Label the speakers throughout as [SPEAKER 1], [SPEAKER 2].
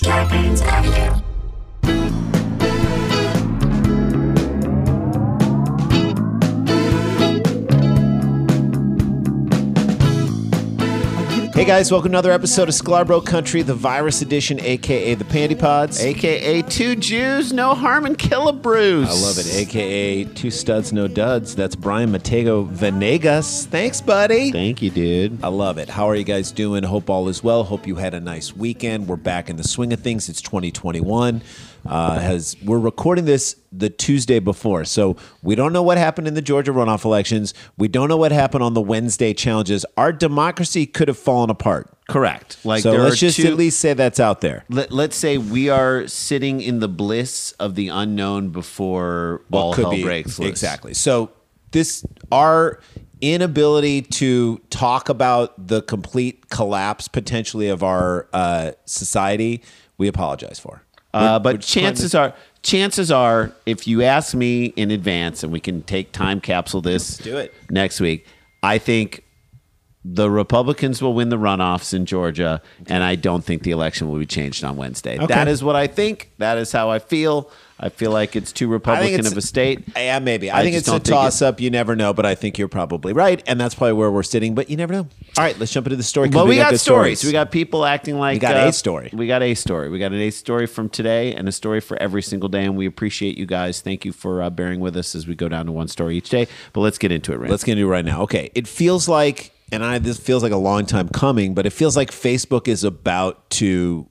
[SPEAKER 1] Scarpins Avenue.
[SPEAKER 2] Hey guys, welcome to another episode of Scarborough Country, the virus edition, aka the Panty Pods.
[SPEAKER 3] AKA two Jews, no harm and kill a bruise.
[SPEAKER 2] I love it, aka Two Studs No Duds. That's Brian Matego Venegas. Thanks, buddy.
[SPEAKER 3] Thank you, dude.
[SPEAKER 2] I love it. How are you guys doing? Hope all is well. Hope you had a nice weekend. We're back in the swing of things. It's 2021. Uh, has we're recording this the Tuesday before, so we don't know what happened in the Georgia runoff elections. We don't know what happened on the Wednesday challenges. Our democracy could have fallen apart.
[SPEAKER 3] Correct. Like
[SPEAKER 2] so
[SPEAKER 3] there
[SPEAKER 2] let's
[SPEAKER 3] are
[SPEAKER 2] just
[SPEAKER 3] two-
[SPEAKER 2] at least say that's out there.
[SPEAKER 3] Let, let's say we are sitting in the bliss of the unknown before all hell breaks loose.
[SPEAKER 2] Exactly. So this our inability to talk about the complete collapse potentially of our uh, society, we apologize for.
[SPEAKER 3] Uh, but chances are, chances are, if you ask me in advance, and we can take time capsule this.
[SPEAKER 2] do it.
[SPEAKER 3] next week. I think the Republicans will win the runoffs in Georgia, and I don't think the election will be changed on Wednesday. That is what I think. That is how I feel. I feel like it's too Republican
[SPEAKER 2] it's-
[SPEAKER 3] of a state.
[SPEAKER 2] Yeah, maybe. I,
[SPEAKER 3] I
[SPEAKER 2] think
[SPEAKER 3] just
[SPEAKER 2] it's a
[SPEAKER 3] don't think it-
[SPEAKER 2] toss up. You never know, but I think you're probably right, and that's probably where we're sitting. But you never know. All right, let's jump into the story. 'cause
[SPEAKER 3] But we, got,
[SPEAKER 2] good
[SPEAKER 3] stories. We got people acting like uh,
[SPEAKER 2] got a story.
[SPEAKER 3] We got a story. We got an a story from today and a story for every single day. And we appreciate you guys. Thank you for uh, bearing with us as we go down to one story each day. But let's get into it, Rand.
[SPEAKER 2] Let's get into it right now. Okay, it feels like, and I this feels like a long time coming, but it feels like Facebook is about to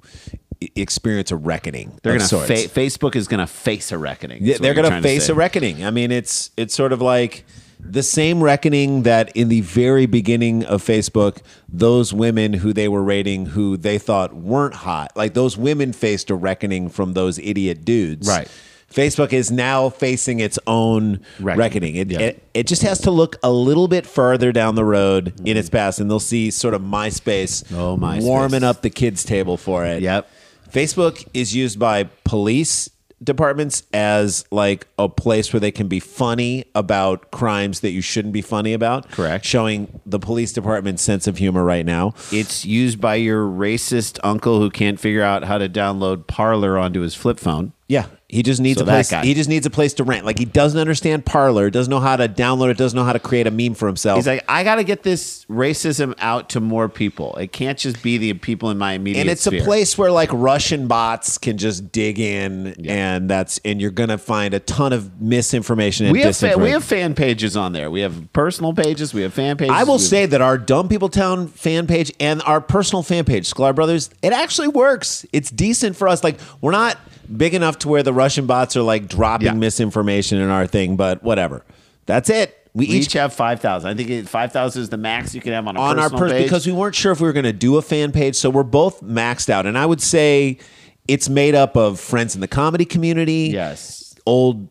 [SPEAKER 2] e- experience a reckoning.
[SPEAKER 3] They're
[SPEAKER 2] of
[SPEAKER 3] gonna
[SPEAKER 2] sorts.
[SPEAKER 3] fa- Facebook is gonna face a reckoning.
[SPEAKER 2] Yeah,
[SPEAKER 3] is what
[SPEAKER 2] they're going
[SPEAKER 3] you're
[SPEAKER 2] to
[SPEAKER 3] trying to
[SPEAKER 2] face
[SPEAKER 3] say.
[SPEAKER 2] a reckoning. I mean, it's it's sort of like the same reckoning that in the very beginning of Facebook, those women who they were rating who they thought weren't hot, like those women faced a reckoning from those idiot dudes.
[SPEAKER 3] Right.
[SPEAKER 2] Facebook is now facing its own
[SPEAKER 3] Reckoning.
[SPEAKER 2] reckoning. It,
[SPEAKER 3] Yeah.
[SPEAKER 2] it it just has to look a little bit further down the road in its past, and they'll see sort of MySpace,
[SPEAKER 3] Mm-hmm. Oh, MySpace.
[SPEAKER 2] warming up the kids' table for it.
[SPEAKER 3] Yep.
[SPEAKER 2] Facebook is used by police departments as like a place where they can be funny about crimes that you shouldn't be funny about.
[SPEAKER 3] Correct.
[SPEAKER 2] Showing the police department's sense of humor right now.
[SPEAKER 3] It's used by your racist uncle who can't figure out how to download Parlor onto his flip phone.
[SPEAKER 2] Yeah, he just needs
[SPEAKER 3] So
[SPEAKER 2] a
[SPEAKER 3] that
[SPEAKER 2] place.
[SPEAKER 3] guy.
[SPEAKER 2] He just needs a place to rent. Like he doesn't understand Parlor, doesn't know how to download it, doesn't know how to create a meme for himself.
[SPEAKER 3] He's like, I got to get this racism out to more people. It can't just be the people in my immediate.
[SPEAKER 2] and it's
[SPEAKER 3] sphere.
[SPEAKER 2] a place where like Russian bots can just dig in, and that's and you're gonna find a ton of misinformation. And
[SPEAKER 3] We have fa-
[SPEAKER 2] disinformation.
[SPEAKER 3] we have fan pages on there. We have personal pages. We have fan pages.
[SPEAKER 2] I will
[SPEAKER 3] we have-
[SPEAKER 2] say that our Dumb People Town fan page and our personal fan page, Sklar Brothers, it actually works. It's decent for us. Like we're not big enough to where the Russian bots are like dropping
[SPEAKER 3] Yeah.
[SPEAKER 2] misinformation in our thing, but whatever. That's it. We,
[SPEAKER 3] we
[SPEAKER 2] each
[SPEAKER 3] each have five thousand. I think it- five thousand is the max you can have on a
[SPEAKER 2] on our
[SPEAKER 3] personal
[SPEAKER 2] pers-
[SPEAKER 3] page.
[SPEAKER 2] because we weren't sure if we were going to do a fan page, so we're both maxed out. And I would say it's made up of friends in the comedy community,
[SPEAKER 3] yes,
[SPEAKER 2] old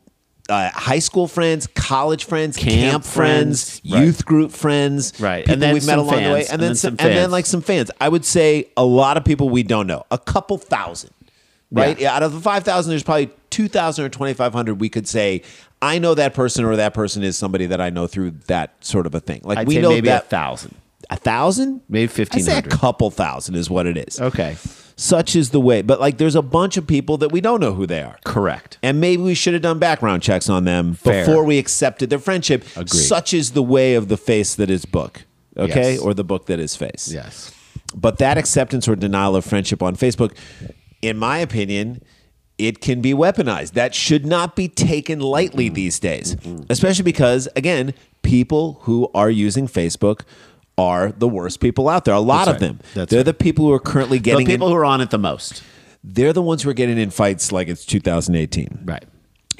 [SPEAKER 2] uh, high school friends, college friends, camp, friends,
[SPEAKER 3] friends, right.
[SPEAKER 2] youth group friends,
[SPEAKER 3] Right. And
[SPEAKER 2] People
[SPEAKER 3] then
[SPEAKER 2] we've met
[SPEAKER 3] some
[SPEAKER 2] along the
[SPEAKER 3] fans,
[SPEAKER 2] way, and, then, some, and then
[SPEAKER 3] fans.
[SPEAKER 2] like some fans. I would say a lot of people we don't know, a couple thousand, right?
[SPEAKER 3] Yeah.
[SPEAKER 2] Out of the five thousand, there's probably two thousand or twenty five hundred. We could say. I know that person, or that person is somebody that I know through that sort of a thing. Like
[SPEAKER 3] I'd
[SPEAKER 2] we
[SPEAKER 3] say
[SPEAKER 2] know
[SPEAKER 3] maybe
[SPEAKER 2] that
[SPEAKER 3] a thousand.
[SPEAKER 2] a thousand,
[SPEAKER 3] Maybe Oh.
[SPEAKER 2] I say
[SPEAKER 3] 1,500.
[SPEAKER 2] a couple thousand is what it is.
[SPEAKER 3] Okay,
[SPEAKER 2] Such is the way. But like, there's a bunch of people that we don't know who they are.
[SPEAKER 3] correct.
[SPEAKER 2] And maybe we should have done background checks on them
[SPEAKER 3] Fair.
[SPEAKER 2] before we accepted their friendship.
[SPEAKER 3] Agreed.
[SPEAKER 2] Such is the way of the face that is book, okay?
[SPEAKER 3] Yes.
[SPEAKER 2] Or the book that is face.
[SPEAKER 3] Yes.
[SPEAKER 2] But that acceptance or denial of friendship on Facebook, in my opinion, it can be weaponized. That should not be taken lightly these days,
[SPEAKER 3] Mm-hmm.
[SPEAKER 2] especially because, again, people who are using Facebook are the worst people out there. A lot
[SPEAKER 3] That's
[SPEAKER 2] of
[SPEAKER 3] right.
[SPEAKER 2] them.
[SPEAKER 3] That's
[SPEAKER 2] they're
[SPEAKER 3] right.
[SPEAKER 2] the people who are currently
[SPEAKER 3] The
[SPEAKER 2] getting
[SPEAKER 3] people
[SPEAKER 2] in,
[SPEAKER 3] who are on it the most.
[SPEAKER 2] they're the ones who are getting in fights like it's 2018
[SPEAKER 3] Right.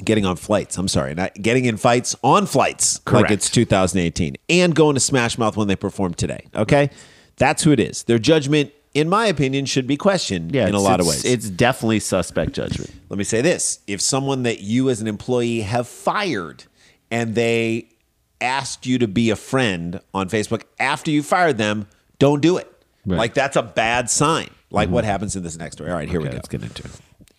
[SPEAKER 2] getting on flights. I'm sorry, not getting in fights on flights.
[SPEAKER 3] Correct.
[SPEAKER 2] Like it's 2018, and going to Smash Mouth when they perform today. Okay, that's who it is. Their judgment, in my opinion, should be questioned in a
[SPEAKER 3] it's-
[SPEAKER 2] lot of
[SPEAKER 3] it's-
[SPEAKER 2] ways.
[SPEAKER 3] It's definitely suspect judgment.
[SPEAKER 2] Let me say this: if someone that you as an employee have fired, and they asked you to be a friend on Facebook after you fired them, don't do it.
[SPEAKER 3] Right. Mm-hmm.
[SPEAKER 2] Like that's a bad sign. Like what happens in this next story? All right, here we
[SPEAKER 3] Okay,
[SPEAKER 2] go.
[SPEAKER 3] let's get into it.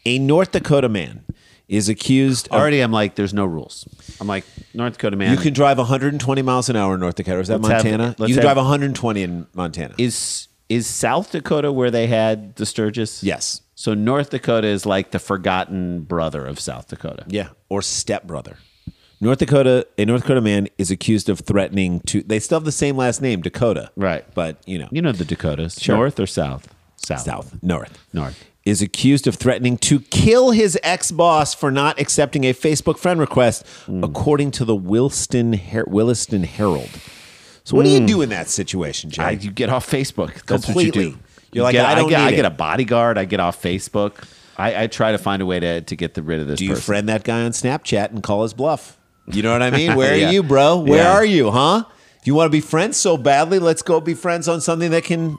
[SPEAKER 2] A North Dakota man is accused of
[SPEAKER 3] Already, I'm like, there's no rules. I'm like, North Dakota man
[SPEAKER 2] You can drive 120 miles an hour in North Dakota. Is that
[SPEAKER 3] Let's have-
[SPEAKER 2] Montana?
[SPEAKER 3] let's
[SPEAKER 2] you can
[SPEAKER 3] have-
[SPEAKER 2] drive 120 in Montana.
[SPEAKER 3] is is South Dakota where they had the Sturgis.
[SPEAKER 2] yes.
[SPEAKER 3] So North Dakota is like the forgotten brother of South Dakota.
[SPEAKER 2] Yeah, or stepbrother. North Dakota, a North Dakota man is accused of threatening to. They still have the same last name, Dakota.
[SPEAKER 3] Right.
[SPEAKER 2] But, you know,
[SPEAKER 3] You know the Dakotas, North or South? South.
[SPEAKER 2] south, north.
[SPEAKER 3] North.
[SPEAKER 2] Is accused of threatening to kill his ex boss for not accepting a Facebook friend request,
[SPEAKER 3] Hmm.
[SPEAKER 2] according to the Williston, Her- Williston Herald. So, what do you do in that situation, Jay?
[SPEAKER 3] Hmm. I, you get off Facebook. That's what
[SPEAKER 2] Completely.
[SPEAKER 3] you do.
[SPEAKER 2] You're like,
[SPEAKER 3] get,
[SPEAKER 2] I don't
[SPEAKER 3] get,
[SPEAKER 2] need
[SPEAKER 3] I get
[SPEAKER 2] it.
[SPEAKER 3] a bodyguard. I get off Facebook. I, I try to find a way to, to get the, rid of this
[SPEAKER 2] do you
[SPEAKER 3] person.
[SPEAKER 2] friend that guy on Snapchat and call his bluff? You know what I mean? Where
[SPEAKER 3] Yeah.
[SPEAKER 2] are you, bro? Where
[SPEAKER 3] Yeah.
[SPEAKER 2] are you, huh? If you want to be friends so badly, let's go be friends on something that can.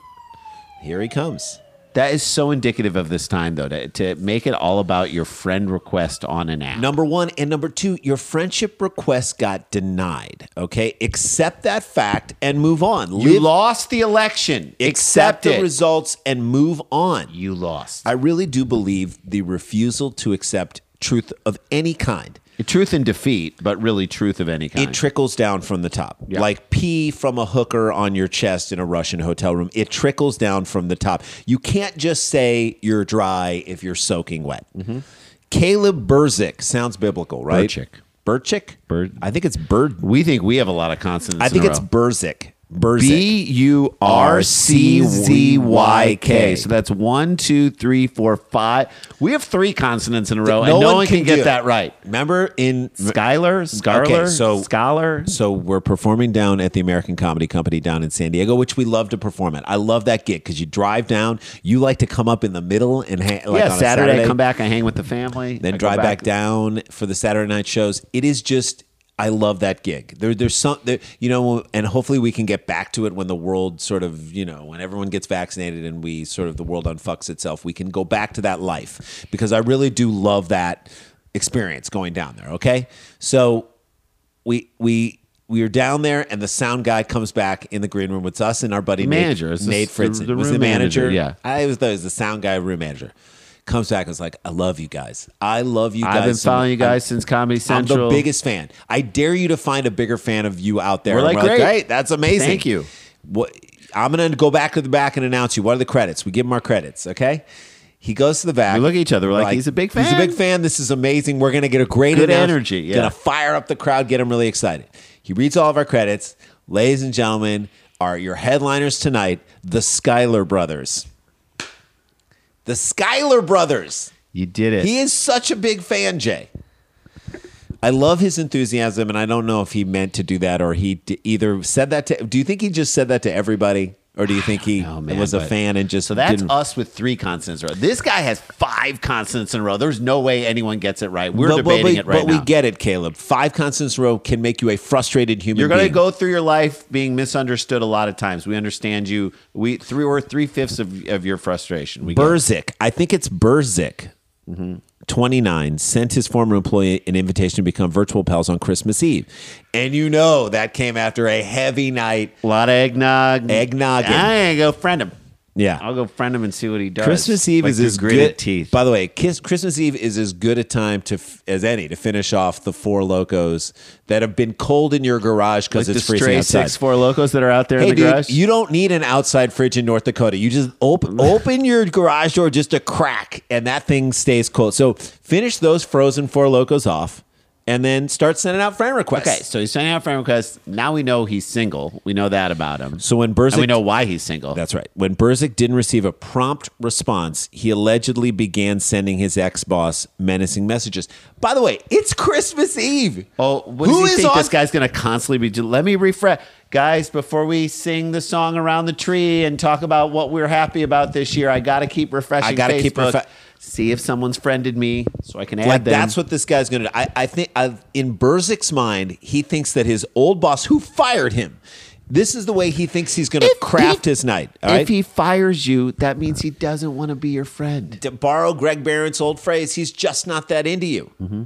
[SPEAKER 2] Here he comes.
[SPEAKER 3] that is so indicative of this time, though, to, to make it all about your friend request on an app.
[SPEAKER 2] Number one and number two, your friendship request got denied. Okay, accept that fact and move on.
[SPEAKER 3] you
[SPEAKER 2] Live-
[SPEAKER 3] lost the election.
[SPEAKER 2] accept
[SPEAKER 3] Accept
[SPEAKER 2] the
[SPEAKER 3] it.
[SPEAKER 2] results and move on.
[SPEAKER 3] you lost.
[SPEAKER 2] I really do believe the refusal to accept truth of any kind
[SPEAKER 3] truth and defeat, but really truth of any kind.
[SPEAKER 2] It trickles down from the top.
[SPEAKER 3] Yeah.
[SPEAKER 2] Like pee from a hooker on your chest in a Russian hotel room. It trickles down from the top. You can't just say you're dry if you're soaking wet. Caleb Burzik sounds biblical, right?
[SPEAKER 3] Mm-hmm.
[SPEAKER 2] Burchick?
[SPEAKER 3] Burchick. Bur-
[SPEAKER 2] I think it's Bird.
[SPEAKER 3] we think we have a lot of consonants.
[SPEAKER 2] I think
[SPEAKER 3] in a
[SPEAKER 2] it's
[SPEAKER 3] row.
[SPEAKER 2] Burzik. Burzik.
[SPEAKER 3] B U R C Z Y K. So that's one, two, three, four, five. We have three consonants in a row, and no one, can,
[SPEAKER 2] do
[SPEAKER 3] get
[SPEAKER 2] it.
[SPEAKER 3] that right.
[SPEAKER 2] Remember in
[SPEAKER 3] Skylar, Scarler,
[SPEAKER 2] so-
[SPEAKER 3] Scholar.
[SPEAKER 2] So we're performing down at the American Comedy Company down in San Diego, which we love to perform at. I love that gig because you drive down. You like to come up in the middle and hang, like
[SPEAKER 3] yeah,
[SPEAKER 2] on a
[SPEAKER 3] Saturday,
[SPEAKER 2] Saturday
[SPEAKER 3] I come back, I hang with the family,
[SPEAKER 2] then
[SPEAKER 3] I go
[SPEAKER 2] drive back. down for the Saturday night shows. It is just I love that gig. There, there's some, there, you know, and hopefully we can get back to it when the world sort of, you know, when everyone gets vaccinated and we sort of the world unfucks itself. We can go back to that life because I really do love that experience going down there. Okay, so we we. We were down there, and the sound guy comes back in the green room with us and our buddy Nate-
[SPEAKER 3] Manager,
[SPEAKER 2] Nate,
[SPEAKER 3] it's the-
[SPEAKER 2] Fritzen.
[SPEAKER 3] the
[SPEAKER 2] was the
[SPEAKER 3] room
[SPEAKER 2] manager.
[SPEAKER 3] manager, yeah.
[SPEAKER 2] I was, I was the sound guy, room manager. Comes back and was like, I love you guys. I love you guys.
[SPEAKER 3] I've been
[SPEAKER 2] so
[SPEAKER 3] following you
[SPEAKER 2] much. I'm-
[SPEAKER 3] guys since Comedy Central.
[SPEAKER 2] I'm the biggest fan. I dare you to find a bigger fan of you out there.
[SPEAKER 3] We're
[SPEAKER 2] And
[SPEAKER 3] like, "Great.
[SPEAKER 2] That's amazing.
[SPEAKER 3] Thank you.
[SPEAKER 2] What, I'm going to go back to the back and announce you. What are the credits? We give him our credits, okay? He goes to the back.
[SPEAKER 3] We look at each other, we're like, "He's a big
[SPEAKER 2] He's a
[SPEAKER 3] fan."
[SPEAKER 2] big fan. This is amazing. We're going to get a great
[SPEAKER 3] Good
[SPEAKER 2] announce-
[SPEAKER 3] energy, yeah.
[SPEAKER 2] Gonna fire up the crowd, get them really excited. He reads all of our credits. Ladies and gentlemen, are your headliners tonight the Skylar brothers? The Skylar brothers.
[SPEAKER 3] You did it.
[SPEAKER 2] He is such a big fan, Jay. I love his enthusiasm, and I don't know if he meant to do that or he d- either said that to. Do you think he just said that to everybody, or do you think he
[SPEAKER 3] know, man,
[SPEAKER 2] was a
[SPEAKER 3] but-
[SPEAKER 2] fan and just
[SPEAKER 3] so that's
[SPEAKER 2] didn't-
[SPEAKER 3] us with three consonants in a row. This guy has five consonants in a row. There's no way anyone gets it right. We're
[SPEAKER 2] but, but
[SPEAKER 3] debating
[SPEAKER 2] we,
[SPEAKER 3] it right
[SPEAKER 2] but
[SPEAKER 3] now.
[SPEAKER 2] we get it, Caleb. Five consonants in a row can make you a frustrated human.
[SPEAKER 3] You're going to
[SPEAKER 2] being.
[SPEAKER 3] go through your life being misunderstood a lot of times. We understand you. We three or three fifths of, of your frustration. We get it.
[SPEAKER 2] Burzik. I think it's Burzik. 29 sent his former employee an invitation to become virtual pals on Christmas Eve. And you know that came after a heavy night.
[SPEAKER 3] a lot of eggnog.
[SPEAKER 2] Eggnog.
[SPEAKER 3] I go friend him.
[SPEAKER 2] Yeah.
[SPEAKER 3] I'll go friend him and see what he does.
[SPEAKER 2] Christmas Eve
[SPEAKER 3] Like
[SPEAKER 2] is
[SPEAKER 3] through
[SPEAKER 2] as
[SPEAKER 3] gritted
[SPEAKER 2] good.
[SPEAKER 3] teeth.
[SPEAKER 2] By the way, kiss, Christmas Eve is as good a time to f- as any to finish off the four locos that have been cold in your garage because
[SPEAKER 3] the
[SPEAKER 2] it's freezing
[SPEAKER 3] stray
[SPEAKER 2] outside.
[SPEAKER 3] six four locos that are out there
[SPEAKER 2] hey,
[SPEAKER 3] in the
[SPEAKER 2] dude,
[SPEAKER 3] garage.
[SPEAKER 2] you don't need an outside fridge in North Dakota. You just open open your garage door just a crack, and that thing stays cold. So finish those frozen four locos off, and then start sending out friend requests.
[SPEAKER 3] okay, so he's sending out friend requests. Now we know he's single. We know that about him.
[SPEAKER 2] So when Burzik
[SPEAKER 3] and we know why he's single.
[SPEAKER 2] That's right. When Burzik didn't receive a prompt response, he allegedly began sending his ex boss menacing messages. By the way, it's Christmas Eve.
[SPEAKER 3] Oh, what does
[SPEAKER 2] Who
[SPEAKER 3] he
[SPEAKER 2] is
[SPEAKER 3] think
[SPEAKER 2] on-
[SPEAKER 3] this guy's going to constantly be? do- Let me refresh, guys. Before we sing the song around the tree and talk about what we're happy about this year, I got to keep refreshing.
[SPEAKER 2] I gotta keep
[SPEAKER 3] Facebook,
[SPEAKER 2] refe-
[SPEAKER 3] see if someone's friended me, so I can add
[SPEAKER 2] Like
[SPEAKER 3] them.
[SPEAKER 2] that's what this guy's going to do. I, I think i in Burzik's mind, he thinks that his old boss, who fired him, this is the way he thinks he's going to
[SPEAKER 3] If
[SPEAKER 2] craft
[SPEAKER 3] he-
[SPEAKER 2] his night.
[SPEAKER 3] if
[SPEAKER 2] All right.
[SPEAKER 3] he fires you, that means he doesn't want to be your friend.
[SPEAKER 2] to borrow Greg Barron's old phrase, he's just not that into you.
[SPEAKER 3] Mm-hmm.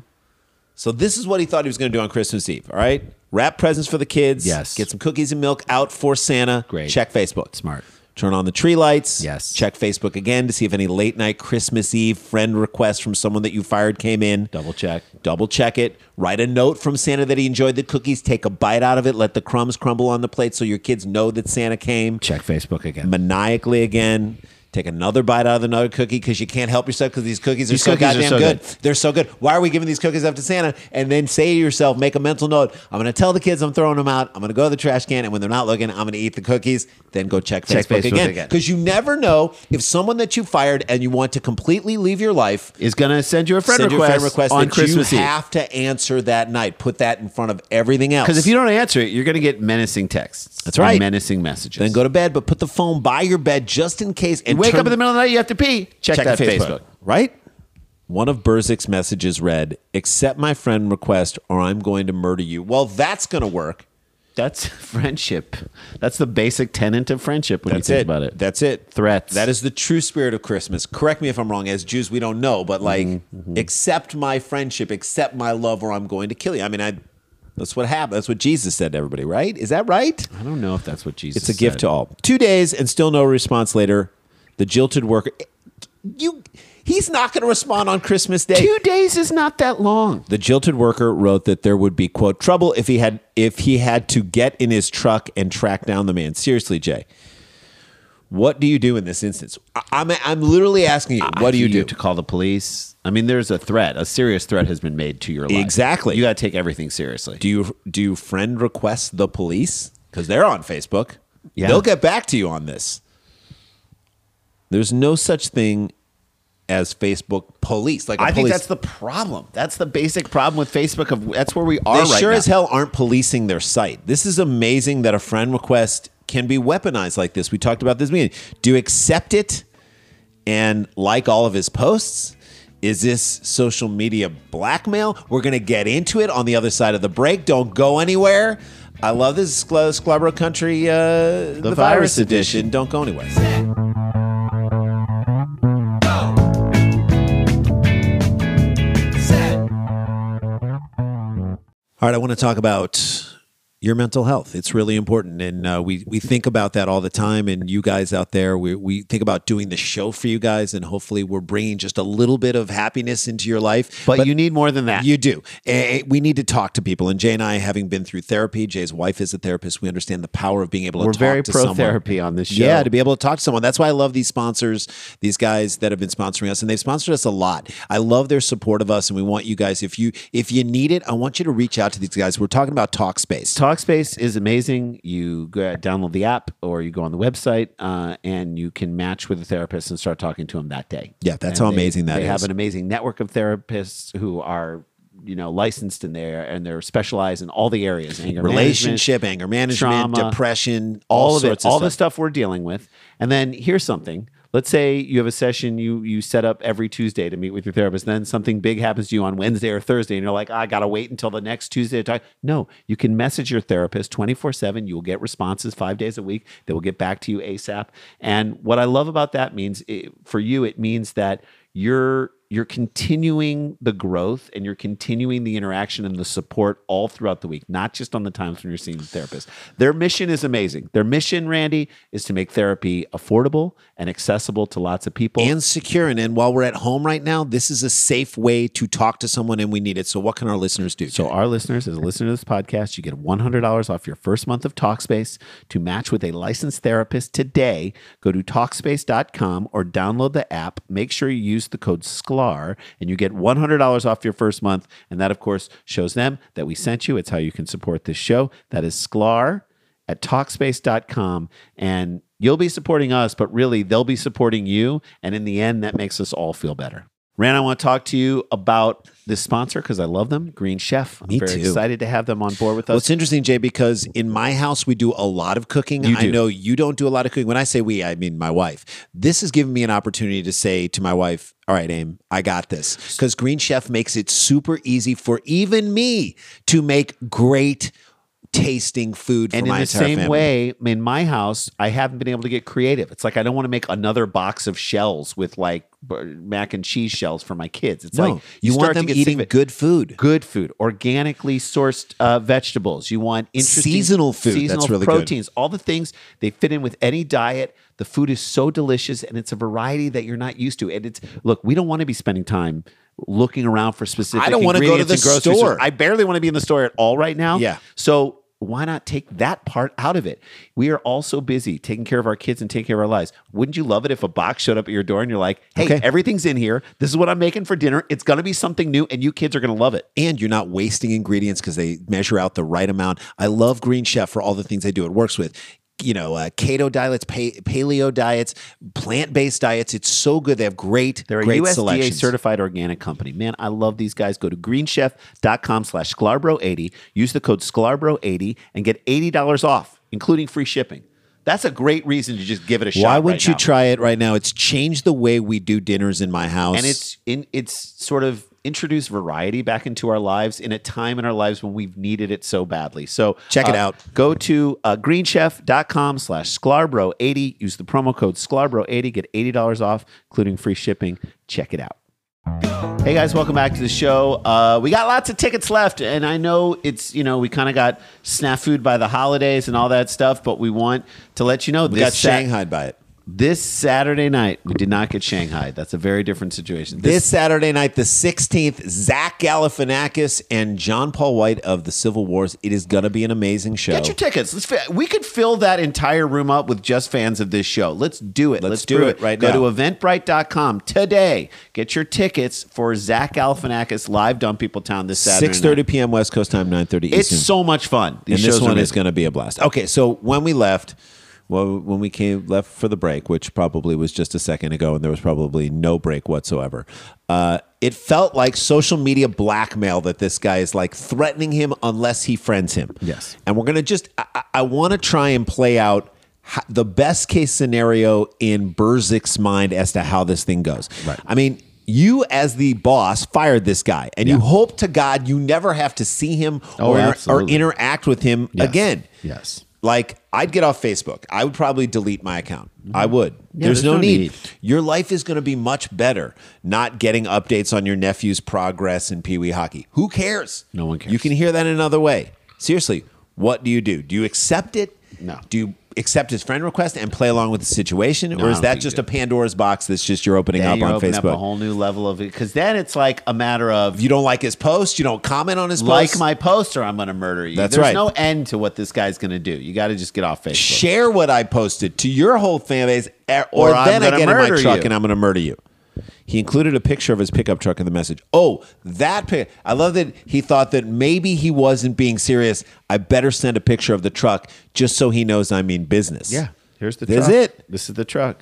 [SPEAKER 2] So this is what he thought he was going to do on Christmas Eve. All right, wrap presents for the kids.
[SPEAKER 3] Yes.
[SPEAKER 2] get some cookies and milk out for Santa.
[SPEAKER 3] Great.
[SPEAKER 2] Check Facebook.
[SPEAKER 3] Smart.
[SPEAKER 2] Turn on the tree lights.
[SPEAKER 3] Yes.
[SPEAKER 2] Check Facebook again to see if any late night Christmas Eve friend request from someone that you fired came in.
[SPEAKER 3] Double check.
[SPEAKER 2] Double check it. Write a note from Santa that he enjoyed the cookies. Take a bite out of it. Let the crumbs crumble on the plate so your kids know that Santa came
[SPEAKER 3] Check Facebook again.
[SPEAKER 2] maniacally again. Take another bite out of another cookie because you can't help yourself because these cookies are
[SPEAKER 3] These
[SPEAKER 2] so
[SPEAKER 3] cookies are
[SPEAKER 2] goddamn
[SPEAKER 3] so
[SPEAKER 2] good.
[SPEAKER 3] good.
[SPEAKER 2] They're so good. Why are we giving these cookies up to Santa? And then say to yourself, make a mental note. I'm going to tell the kids I'm throwing them out. I'm going to go to the trash can, and when they're not looking, I'm going to eat the cookies. Then go check,
[SPEAKER 3] Check
[SPEAKER 2] Facebook,
[SPEAKER 3] Facebook
[SPEAKER 2] again
[SPEAKER 3] again.
[SPEAKER 2] because you never know if someone that you fired and you want to completely leave your life
[SPEAKER 3] Is going to send you a friend,
[SPEAKER 2] send your
[SPEAKER 3] request,
[SPEAKER 2] friend request
[SPEAKER 3] on
[SPEAKER 2] that
[SPEAKER 3] Christmas
[SPEAKER 2] you
[SPEAKER 3] Eve.
[SPEAKER 2] have to answer that night. Put that in front of everything else.
[SPEAKER 3] Because if you don't answer it, you're going to get menacing texts.
[SPEAKER 2] That's
[SPEAKER 3] and
[SPEAKER 2] right.
[SPEAKER 3] Menacing messages.
[SPEAKER 2] then go to bed, but put the phone by your bed just in case. And
[SPEAKER 3] wake
[SPEAKER 2] turn-
[SPEAKER 3] up in the middle of the night. You have to pee. Check, that
[SPEAKER 2] the
[SPEAKER 3] Facebook.
[SPEAKER 2] right? One of Berzik's messages read, "Accept my friend request, or I'm going to murder you." Well, that's going to work.
[SPEAKER 3] That's friendship. That's the basic tenet of friendship when
[SPEAKER 2] That's
[SPEAKER 3] you think
[SPEAKER 2] it.
[SPEAKER 3] about it.
[SPEAKER 2] That's it.
[SPEAKER 3] Threats.
[SPEAKER 2] That is the true spirit of Christmas. Correct me if I'm wrong. As Jews, we don't know, but like,
[SPEAKER 3] Mm-hmm,
[SPEAKER 2] accept my friendship, accept my love, or I'm going to kill you. I mean, I. That's what happened. That's what Jesus said to everybody, right? Is that right?
[SPEAKER 3] I don't know if that's what Jesus.
[SPEAKER 2] It's a gift to all. Two days and still no response later. The jilted worker. eh, You. He's not going to respond on Christmas Day.
[SPEAKER 3] Two days is not that long.
[SPEAKER 2] The jilted worker wrote that there would be quote trouble if he had if he had to get in his truck and track down the man. Seriously, Jay, what do you do in this instance? I, I'm I'm literally asking you, what do you do?
[SPEAKER 3] to call the police? I mean, there's a threat. A serious threat has been made to your life.
[SPEAKER 2] Exactly.
[SPEAKER 3] You got to take everything seriously.
[SPEAKER 2] Do you do you friend request the police because they're on Facebook?
[SPEAKER 3] Yeah.
[SPEAKER 2] they'll get back to you on this. There's no such thing as Facebook police. Like a
[SPEAKER 3] I think
[SPEAKER 2] police-
[SPEAKER 3] that's the problem. That's the basic problem with Facebook. Of that's where we are
[SPEAKER 2] they
[SPEAKER 3] right
[SPEAKER 2] sure
[SPEAKER 3] now.
[SPEAKER 2] as hell aren't policing their site. This is amazing that a friend request can be weaponized like this. We talked about this meeting. Do you accept it and like all of his posts? Is this social media blackmail? We're going to get into it on the other side of the break. Don't go anywhere. I love this Scl- Sclubro Country, uh, the,
[SPEAKER 3] Virus
[SPEAKER 2] edition.
[SPEAKER 3] Edition.
[SPEAKER 2] Don't go anywhere. All right, I want to talk about your mental health. It's really important, and uh, we we think about that all the time. And you guys out there, we we think about doing the show for you guys, and hopefully, we're bringing just a little bit of happiness into your life.
[SPEAKER 3] but, you need more than that.
[SPEAKER 2] You do. Eh, we need to talk to people. And Jay and I, having been through therapy, Jay's wife is a therapist. We understand the power of being able to
[SPEAKER 3] We're
[SPEAKER 2] talk
[SPEAKER 3] very
[SPEAKER 2] to
[SPEAKER 3] pro
[SPEAKER 2] someone.
[SPEAKER 3] therapy on this show.
[SPEAKER 2] Yeah, to be able to talk to someone. That's why I love these sponsors, these guys that have been sponsoring us, and they've sponsored us a lot. I love their support of us, and we want you guys. If you if you need it, I want you to reach out to these guys. We're talking about TalkSpace.
[SPEAKER 3] Talkspace is amazing. You go, download the app or you go on the website uh, and you can match with a therapist and start talking to them that day.
[SPEAKER 2] Yeah, that's
[SPEAKER 3] And
[SPEAKER 2] how
[SPEAKER 3] they-
[SPEAKER 2] amazing that
[SPEAKER 3] they have
[SPEAKER 2] is.
[SPEAKER 3] an amazing network of therapists who are, you know, licensed in there and they're specialized in all the areas anger management,
[SPEAKER 2] Relationship, anger management,
[SPEAKER 3] trauma,
[SPEAKER 2] depression, all,
[SPEAKER 3] all, of
[SPEAKER 2] sorts
[SPEAKER 3] it, all
[SPEAKER 2] of
[SPEAKER 3] the
[SPEAKER 2] stuff.
[SPEAKER 3] stuff we're dealing with. And then here's something. Let's say you have a session you you set up every Tuesday to meet with your therapist. Then something big happens to you on Wednesday or Thursday, and you're like, I gotta wait until the next Tuesday to talk. No, you can message your therapist 24 seven. You will get responses five days a week. They will get back to you ASAP. And what I love about that means it, for you, it means that you're you're continuing the growth and you're continuing the interaction and the support all throughout the week, not just on the times when you're seeing the therapist. Their mission is amazing. Their mission, Randy, is to make therapy affordable and accessible to lots of people.
[SPEAKER 2] and secure. And, and while we're at home right now, this is a safe way to talk to someone, and we need it. So, what can our listeners do?
[SPEAKER 3] so our listeners, as a listener to this podcast, you get $100 off your first month of Talkspace to match with a licensed therapist today. Go to Talkspace.com or download the app. Make sure you use the code SCLAR and you get $100 off your first month. And that, of course, shows them that we sent you. It's how you can support this show. That is SCLAR at Talkspace.com. And you'll be supporting us, but really they'll be supporting you. And in the end, that makes us all feel better. Rand, I want to talk to you about this sponsor because I love them, Green Chef. I'm
[SPEAKER 2] Me
[SPEAKER 3] very
[SPEAKER 2] too.
[SPEAKER 3] excited to have them on board with
[SPEAKER 2] Well,
[SPEAKER 3] us.
[SPEAKER 2] it's interesting, Jay, because in my house we do a lot of cooking.
[SPEAKER 3] You
[SPEAKER 2] I
[SPEAKER 3] do.
[SPEAKER 2] know you don't do a lot of cooking. When I say we, I mean my wife. This has given me an opportunity to say to my wife, "All right, Aim, I got this." Because Green Chef makes it super easy for even me to make great tasting food for
[SPEAKER 3] and in
[SPEAKER 2] my
[SPEAKER 3] the
[SPEAKER 2] entire
[SPEAKER 3] same
[SPEAKER 2] family.
[SPEAKER 3] way, in my house, I haven't been able to get creative. It's like I don't want to make another box of shells with like b- mac and cheese shells for my kids. It's
[SPEAKER 2] No,
[SPEAKER 3] like
[SPEAKER 2] you
[SPEAKER 3] start
[SPEAKER 2] want
[SPEAKER 3] to
[SPEAKER 2] them
[SPEAKER 3] get sick of
[SPEAKER 2] eating
[SPEAKER 3] it.
[SPEAKER 2] good food.
[SPEAKER 3] good food, organically sourced uh, vegetables. You want interesting
[SPEAKER 2] Seasonal food. That's
[SPEAKER 3] seasonal
[SPEAKER 2] really good.
[SPEAKER 3] proteins, all the things they fit in with any diet. The food is so delicious, and it's a variety that you're not used to. And it's look, we don't want to be spending time looking around for specific.
[SPEAKER 2] I don't wanna go to
[SPEAKER 3] ingredients
[SPEAKER 2] the
[SPEAKER 3] and grocery stores.
[SPEAKER 2] store.
[SPEAKER 3] I barely want to be in the store at all right now.
[SPEAKER 2] Yeah.
[SPEAKER 3] So why not take that part out of it? We are all so busy taking care of our kids and taking care of our lives. Wouldn't you love it if a box showed up at your door and you're like, hey,
[SPEAKER 2] Okay.
[SPEAKER 3] everything's in here. This is what I'm making for dinner. It's going to be something new, and you kids are going to love it.
[SPEAKER 2] and you're not wasting ingredients because they measure out the right amount. I love Green Chef for all the things they do. It works with, you know, uh, keto diets, pa- paleo diets, plant based diets. It's so good. They have great,
[SPEAKER 3] They're
[SPEAKER 2] great
[SPEAKER 3] a USDA
[SPEAKER 2] selections.
[SPEAKER 3] certified organic company. Man, I love these guys. Go to greenchef.com slash sclarbro80. Use the code sclarbro80 and get $80 off, including free shipping. That's a great reason to just give it a shot.
[SPEAKER 2] Why
[SPEAKER 3] right
[SPEAKER 2] wouldn't you
[SPEAKER 3] now.
[SPEAKER 2] try it right now? It's changed the way we do dinners in my house.
[SPEAKER 3] And it's in it's sort of introduced variety back into our lives in a time in our lives when we've needed it so badly. So
[SPEAKER 2] Check it
[SPEAKER 3] uh,
[SPEAKER 2] out.
[SPEAKER 3] Go to uh, greenchef.com slash sclarbro80. Use the promo code sclarbro80. Get $80 off, including free shipping. Check it out. Hey guys, welcome back to the show. Uh, we got lots of tickets left, and I know it's you know we kind of got snafu'd by the holidays and all that stuff, but we want to let you know
[SPEAKER 2] we
[SPEAKER 3] this
[SPEAKER 2] got
[SPEAKER 3] Sa-
[SPEAKER 2] Shanghai by it.
[SPEAKER 3] this Saturday night we did not get Shanghai. That's a very different situation.
[SPEAKER 2] This Saturday night, the 16th, Zach Galifianakis and John Paul White of the Civil Wars. It is going to be an amazing show.
[SPEAKER 3] Get your tickets. Let's fi- we could fill that entire room up with just fans of this show. Let's do it. Let's,
[SPEAKER 2] do
[SPEAKER 3] prove
[SPEAKER 2] it right
[SPEAKER 3] Go
[SPEAKER 2] now.
[SPEAKER 3] to eventbrite.com today. Get your tickets for Zach Galifianakis live Dumb People Town this Saturday.
[SPEAKER 2] 6.30
[SPEAKER 3] night.
[SPEAKER 2] p.m. West Coast time, 9.30
[SPEAKER 3] It's
[SPEAKER 2] Eastern.
[SPEAKER 3] so much fun. These
[SPEAKER 2] and this
[SPEAKER 3] shows are
[SPEAKER 2] one is
[SPEAKER 3] amazing.
[SPEAKER 2] going to be a blast. Okay, so when we left, well, when we came left for the break, which probably was just a second ago, and there was probably no break whatsoever. Uh, it felt like social media blackmail that this guy is like threatening him unless he friends him.
[SPEAKER 3] Yes.
[SPEAKER 2] and we're gonna just I, I- I want to try and play out. ho- The best case scenario in Berzik's mind as to how this thing goes.
[SPEAKER 3] Right.
[SPEAKER 2] I mean, you as the boss fired this guy, and you hope to God you never have to see him
[SPEAKER 3] Oh,
[SPEAKER 2] or, or
[SPEAKER 3] absolutely.
[SPEAKER 2] interact with him
[SPEAKER 3] Yes.
[SPEAKER 2] again.
[SPEAKER 3] Yes.
[SPEAKER 2] Like I'd get off Facebook. I would probably delete my account. I would. there's,
[SPEAKER 3] Mm-hmm. there's
[SPEAKER 2] no,
[SPEAKER 3] no
[SPEAKER 2] need.
[SPEAKER 3] need.
[SPEAKER 2] Your life is going to be much better not getting updates on your nephew's progress in Pee Wee hockey. Who cares?
[SPEAKER 3] No one cares.
[SPEAKER 2] You can hear that another way. Seriously, what do you do? Do you accept it?
[SPEAKER 3] No.
[SPEAKER 2] Do you accept his friend request and play along with the situation,
[SPEAKER 3] I
[SPEAKER 2] or is
[SPEAKER 3] don't
[SPEAKER 2] that
[SPEAKER 3] think you
[SPEAKER 2] just
[SPEAKER 3] do.
[SPEAKER 2] a Pandora's box that's just you're opening
[SPEAKER 3] Then
[SPEAKER 2] up
[SPEAKER 3] you're
[SPEAKER 2] on
[SPEAKER 3] opening
[SPEAKER 2] Facebook?
[SPEAKER 3] up a whole new level of it because then it's like a matter of
[SPEAKER 2] you don't like his post. You don't comment on his
[SPEAKER 3] like
[SPEAKER 2] post.
[SPEAKER 3] my post or I'm going to murder you.
[SPEAKER 2] That's
[SPEAKER 3] There's
[SPEAKER 2] right.
[SPEAKER 3] no end to what this guy's going to do. You got to just get off Facebook.
[SPEAKER 2] share what I posted to your whole fan base, er, or,
[SPEAKER 3] Or I'm
[SPEAKER 2] then I
[SPEAKER 3] gonna
[SPEAKER 2] get in my
[SPEAKER 3] murder
[SPEAKER 2] truck
[SPEAKER 3] you.
[SPEAKER 2] and I'm going to murder you. He included a picture of his pickup truck in the message. Oh, that pic! I love that he thought that maybe he wasn't being serious. I better send a picture of the truck just so he knows I mean business.
[SPEAKER 3] Here's the
[SPEAKER 2] That's
[SPEAKER 3] truck.
[SPEAKER 2] it.
[SPEAKER 3] This is the truck.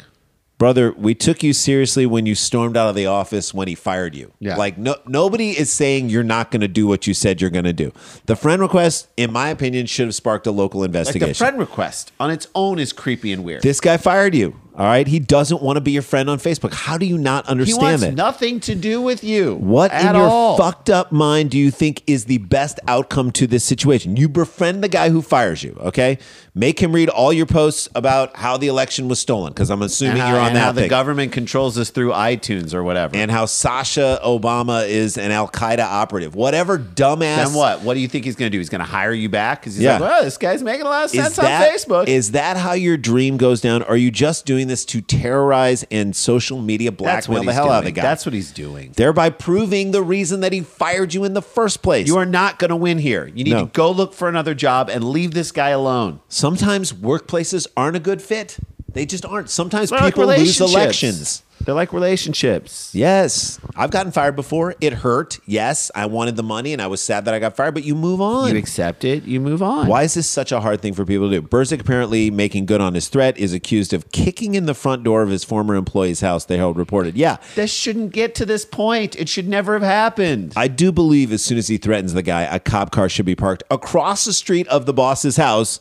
[SPEAKER 2] brother. We took you seriously when you stormed out of the office when he fired you.
[SPEAKER 3] Yeah.
[SPEAKER 2] like no nobody is saying you're not going to do what you said you're going to do. The friend request, in my opinion, should have sparked a local
[SPEAKER 3] Like
[SPEAKER 2] investigation.
[SPEAKER 3] the friend request on its own is creepy and weird.
[SPEAKER 2] This guy fired you. All right. He doesn't want to be your friend on Facebook. How do you not
[SPEAKER 3] He
[SPEAKER 2] understand
[SPEAKER 3] wants
[SPEAKER 2] that?
[SPEAKER 3] nothing to do with you.
[SPEAKER 2] what
[SPEAKER 3] at
[SPEAKER 2] in your
[SPEAKER 3] all.
[SPEAKER 2] fucked up mind do you think is the best outcome to this situation? You befriend the guy who fires you, okay? Make him read all your posts about how the election was stolen, because I'm assuming
[SPEAKER 3] And how,
[SPEAKER 2] you're on
[SPEAKER 3] and how
[SPEAKER 2] that
[SPEAKER 3] the
[SPEAKER 2] thing.
[SPEAKER 3] government controls us through iTunes or whatever.
[SPEAKER 2] and how Sasha Obama is an Al Qaeda operative. Whatever dumbass.
[SPEAKER 3] then what? What do you think he's going to do? He's going to hire you back because he's
[SPEAKER 2] Yeah.
[SPEAKER 3] like, well, this guy's making a lot of sense
[SPEAKER 2] Is that,
[SPEAKER 3] on Facebook.
[SPEAKER 2] is that how your dream goes down? Are you just doing this to terrorize and social media
[SPEAKER 3] That's
[SPEAKER 2] blackmail
[SPEAKER 3] what
[SPEAKER 2] the
[SPEAKER 3] he's
[SPEAKER 2] hell
[SPEAKER 3] doing.
[SPEAKER 2] out of the guy?
[SPEAKER 3] That's what he's doing.
[SPEAKER 2] thereby proving the reason that he fired you in the first place.
[SPEAKER 3] You are not going to win here. You need
[SPEAKER 2] No.
[SPEAKER 3] to go look for another job and leave this guy alone.
[SPEAKER 2] Sometimes workplaces aren't a good fit. They just aren't. Sometimes
[SPEAKER 3] They're like
[SPEAKER 2] people lose
[SPEAKER 3] relationships.
[SPEAKER 2] elections.
[SPEAKER 3] They're like relationships.
[SPEAKER 2] Yes, I've gotten fired before. It hurt. Yes, I wanted the money and I was sad that I got fired, but you move on.
[SPEAKER 3] You accept it, you move on.
[SPEAKER 2] Why is this such a hard thing for people to do? Berzik apparently making good on his threat is accused of kicking in the front door of his former employee's house. They held reported. Yeah,
[SPEAKER 3] This shouldn't get to this point. It should never have happened.
[SPEAKER 2] I do believe as soon as he threatens the guy, a cop car should be parked across the street of the boss's house.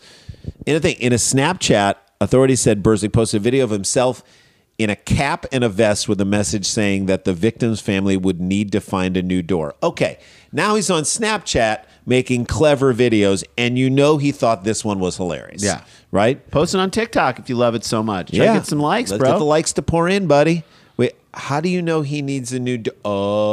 [SPEAKER 2] In a thing, in a Snapchat, authorities said Berzik posted a video of himself in a cap and a vest with a message saying that the victim's family would need to find a new door. Okay, now he's on Snapchat making clever videos, and you know he thought this one was hilarious.
[SPEAKER 3] Yeah.
[SPEAKER 2] right.
[SPEAKER 3] Post it on TikTok if you love it so much. Try to get some likes,
[SPEAKER 2] Let's
[SPEAKER 3] bro.
[SPEAKER 2] Get the likes to pour in, buddy. Wait, How do you know he needs a new? Do-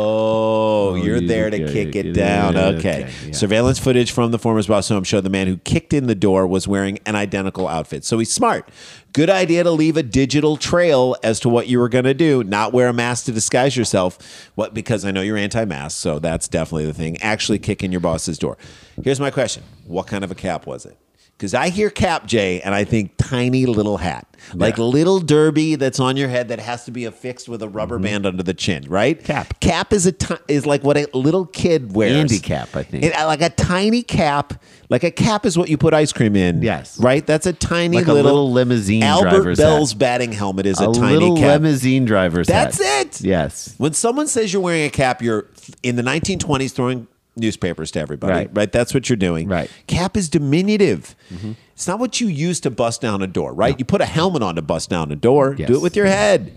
[SPEAKER 2] oh, you're
[SPEAKER 3] you-
[SPEAKER 2] there to
[SPEAKER 3] yeah,
[SPEAKER 2] kick
[SPEAKER 3] yeah,
[SPEAKER 2] it
[SPEAKER 3] yeah,
[SPEAKER 2] down.
[SPEAKER 3] yeah,
[SPEAKER 2] okay.
[SPEAKER 3] okay, yeah.
[SPEAKER 2] Surveillance footage from the former's boss home showed the man who kicked in the door was wearing an identical outfit. So he's smart. Good idea to leave a digital trail as to what you were going to do. Not wear a mask to disguise yourself. What? Because I know you're anti-mask, so that's definitely the thing. Actually, kick in your boss's door. Here's my question: What kind of a cap was it? Because I hear cap, Jay, and I think tiny little hat, like
[SPEAKER 3] Yeah.
[SPEAKER 2] little derby that's on your head that has to be affixed with a rubber band under the chin, right?
[SPEAKER 3] Mm-hmm. Cap.
[SPEAKER 2] Cap is a ti is like what a little kid wears.
[SPEAKER 3] Andy cap, I think.
[SPEAKER 2] It- uh, like a tiny cap, like a cap is what you put ice cream in.
[SPEAKER 3] Yes.
[SPEAKER 2] right. That's a tiny
[SPEAKER 3] Like a
[SPEAKER 2] little,
[SPEAKER 3] little limousine
[SPEAKER 2] Albert
[SPEAKER 3] driver's
[SPEAKER 2] Bell's
[SPEAKER 3] hat.
[SPEAKER 2] batting helmet is a,
[SPEAKER 3] a
[SPEAKER 2] tiny
[SPEAKER 3] little
[SPEAKER 2] cap.
[SPEAKER 3] limousine driver's
[SPEAKER 2] That's
[SPEAKER 3] hat.
[SPEAKER 2] it.
[SPEAKER 3] Yes.
[SPEAKER 2] When someone says you're wearing a cap, you're in the 1920s throwing newspapers to everybody, right?
[SPEAKER 3] Right.
[SPEAKER 2] That's what you're doing.
[SPEAKER 3] Right. Mm-hmm.
[SPEAKER 2] Cap is diminutive. It's not what you use to bust down a door, right? You put a helmet on to bust down a door.
[SPEAKER 3] Yes.
[SPEAKER 2] Do it with your head,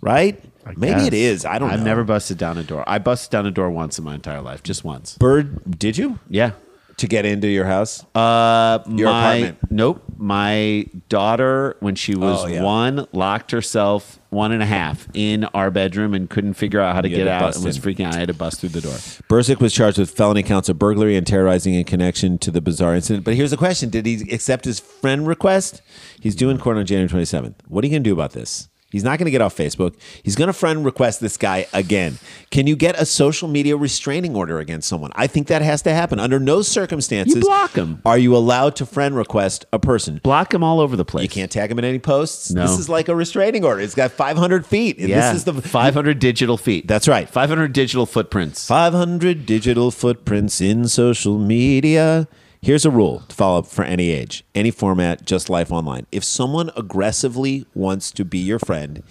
[SPEAKER 2] right? Maybe
[SPEAKER 3] Yes.
[SPEAKER 2] it is. I don't
[SPEAKER 3] I've
[SPEAKER 2] know.
[SPEAKER 3] never busted down a door. I busted down a door once in my entire life, just once.
[SPEAKER 2] bird. Did you
[SPEAKER 3] Yeah.
[SPEAKER 2] to get into your house?
[SPEAKER 3] Uh,
[SPEAKER 2] Your
[SPEAKER 3] my,
[SPEAKER 2] apartment.
[SPEAKER 3] Nope. My daughter, when she was
[SPEAKER 2] Oh, yeah.
[SPEAKER 3] one, locked herself one and a half in our bedroom and couldn't figure out how to
[SPEAKER 2] You had
[SPEAKER 3] get
[SPEAKER 2] to
[SPEAKER 3] out
[SPEAKER 2] bust
[SPEAKER 3] and was
[SPEAKER 2] in.
[SPEAKER 3] freaking out. I had to bust through the door.
[SPEAKER 2] Bursick was charged with felony counts of burglary and terrorizing in connection to the bizarre incident. But here's the question Did he accept his friend request? He's due in court on January 27th. What are you going to do about this? He's not going to get off Facebook. He's going to friend request this guy again. Can you get a social media restraining order against someone? I think that has to happen. Under no circumstances
[SPEAKER 3] You block 'em.
[SPEAKER 2] are you allowed to friend request a person.
[SPEAKER 3] Block them all over the place.
[SPEAKER 2] You can't tag him in any posts.
[SPEAKER 3] No.
[SPEAKER 2] This is like a restraining order. It's got 500 feet. And
[SPEAKER 3] Yeah.
[SPEAKER 2] This is the
[SPEAKER 3] 500 digital feet.
[SPEAKER 2] That's right.
[SPEAKER 3] 500 digital footprints.
[SPEAKER 2] 500 digital footprints in social media. Here's a rule to follow up for any age, any format, just life online. If someone aggressively wants to be your friend,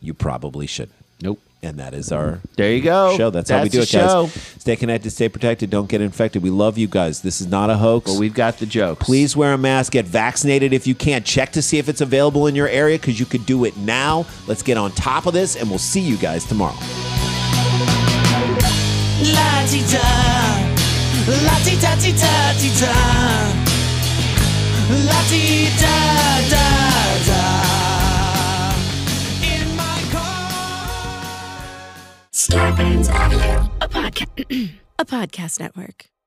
[SPEAKER 2] you probably shouldn't.
[SPEAKER 3] Nope.
[SPEAKER 2] And that is our
[SPEAKER 3] There you go.
[SPEAKER 2] show. That's, how we do
[SPEAKER 3] the
[SPEAKER 2] it, guys. Stay connected, stay protected, don't get infected. We love you guys. This is not a hoax.
[SPEAKER 3] But we've got the jokes.
[SPEAKER 2] Please wear a mask. Get vaccinated if you can. Check to see if it's available in your area because you could do it now. Let's get on top of this, and we'll see you guys tomorrow.
[SPEAKER 1] La ti da, la ti da ti da ti da, la ti da da da. In my car.
[SPEAKER 4] Scarpins Avenue, a podcast, a podcast network.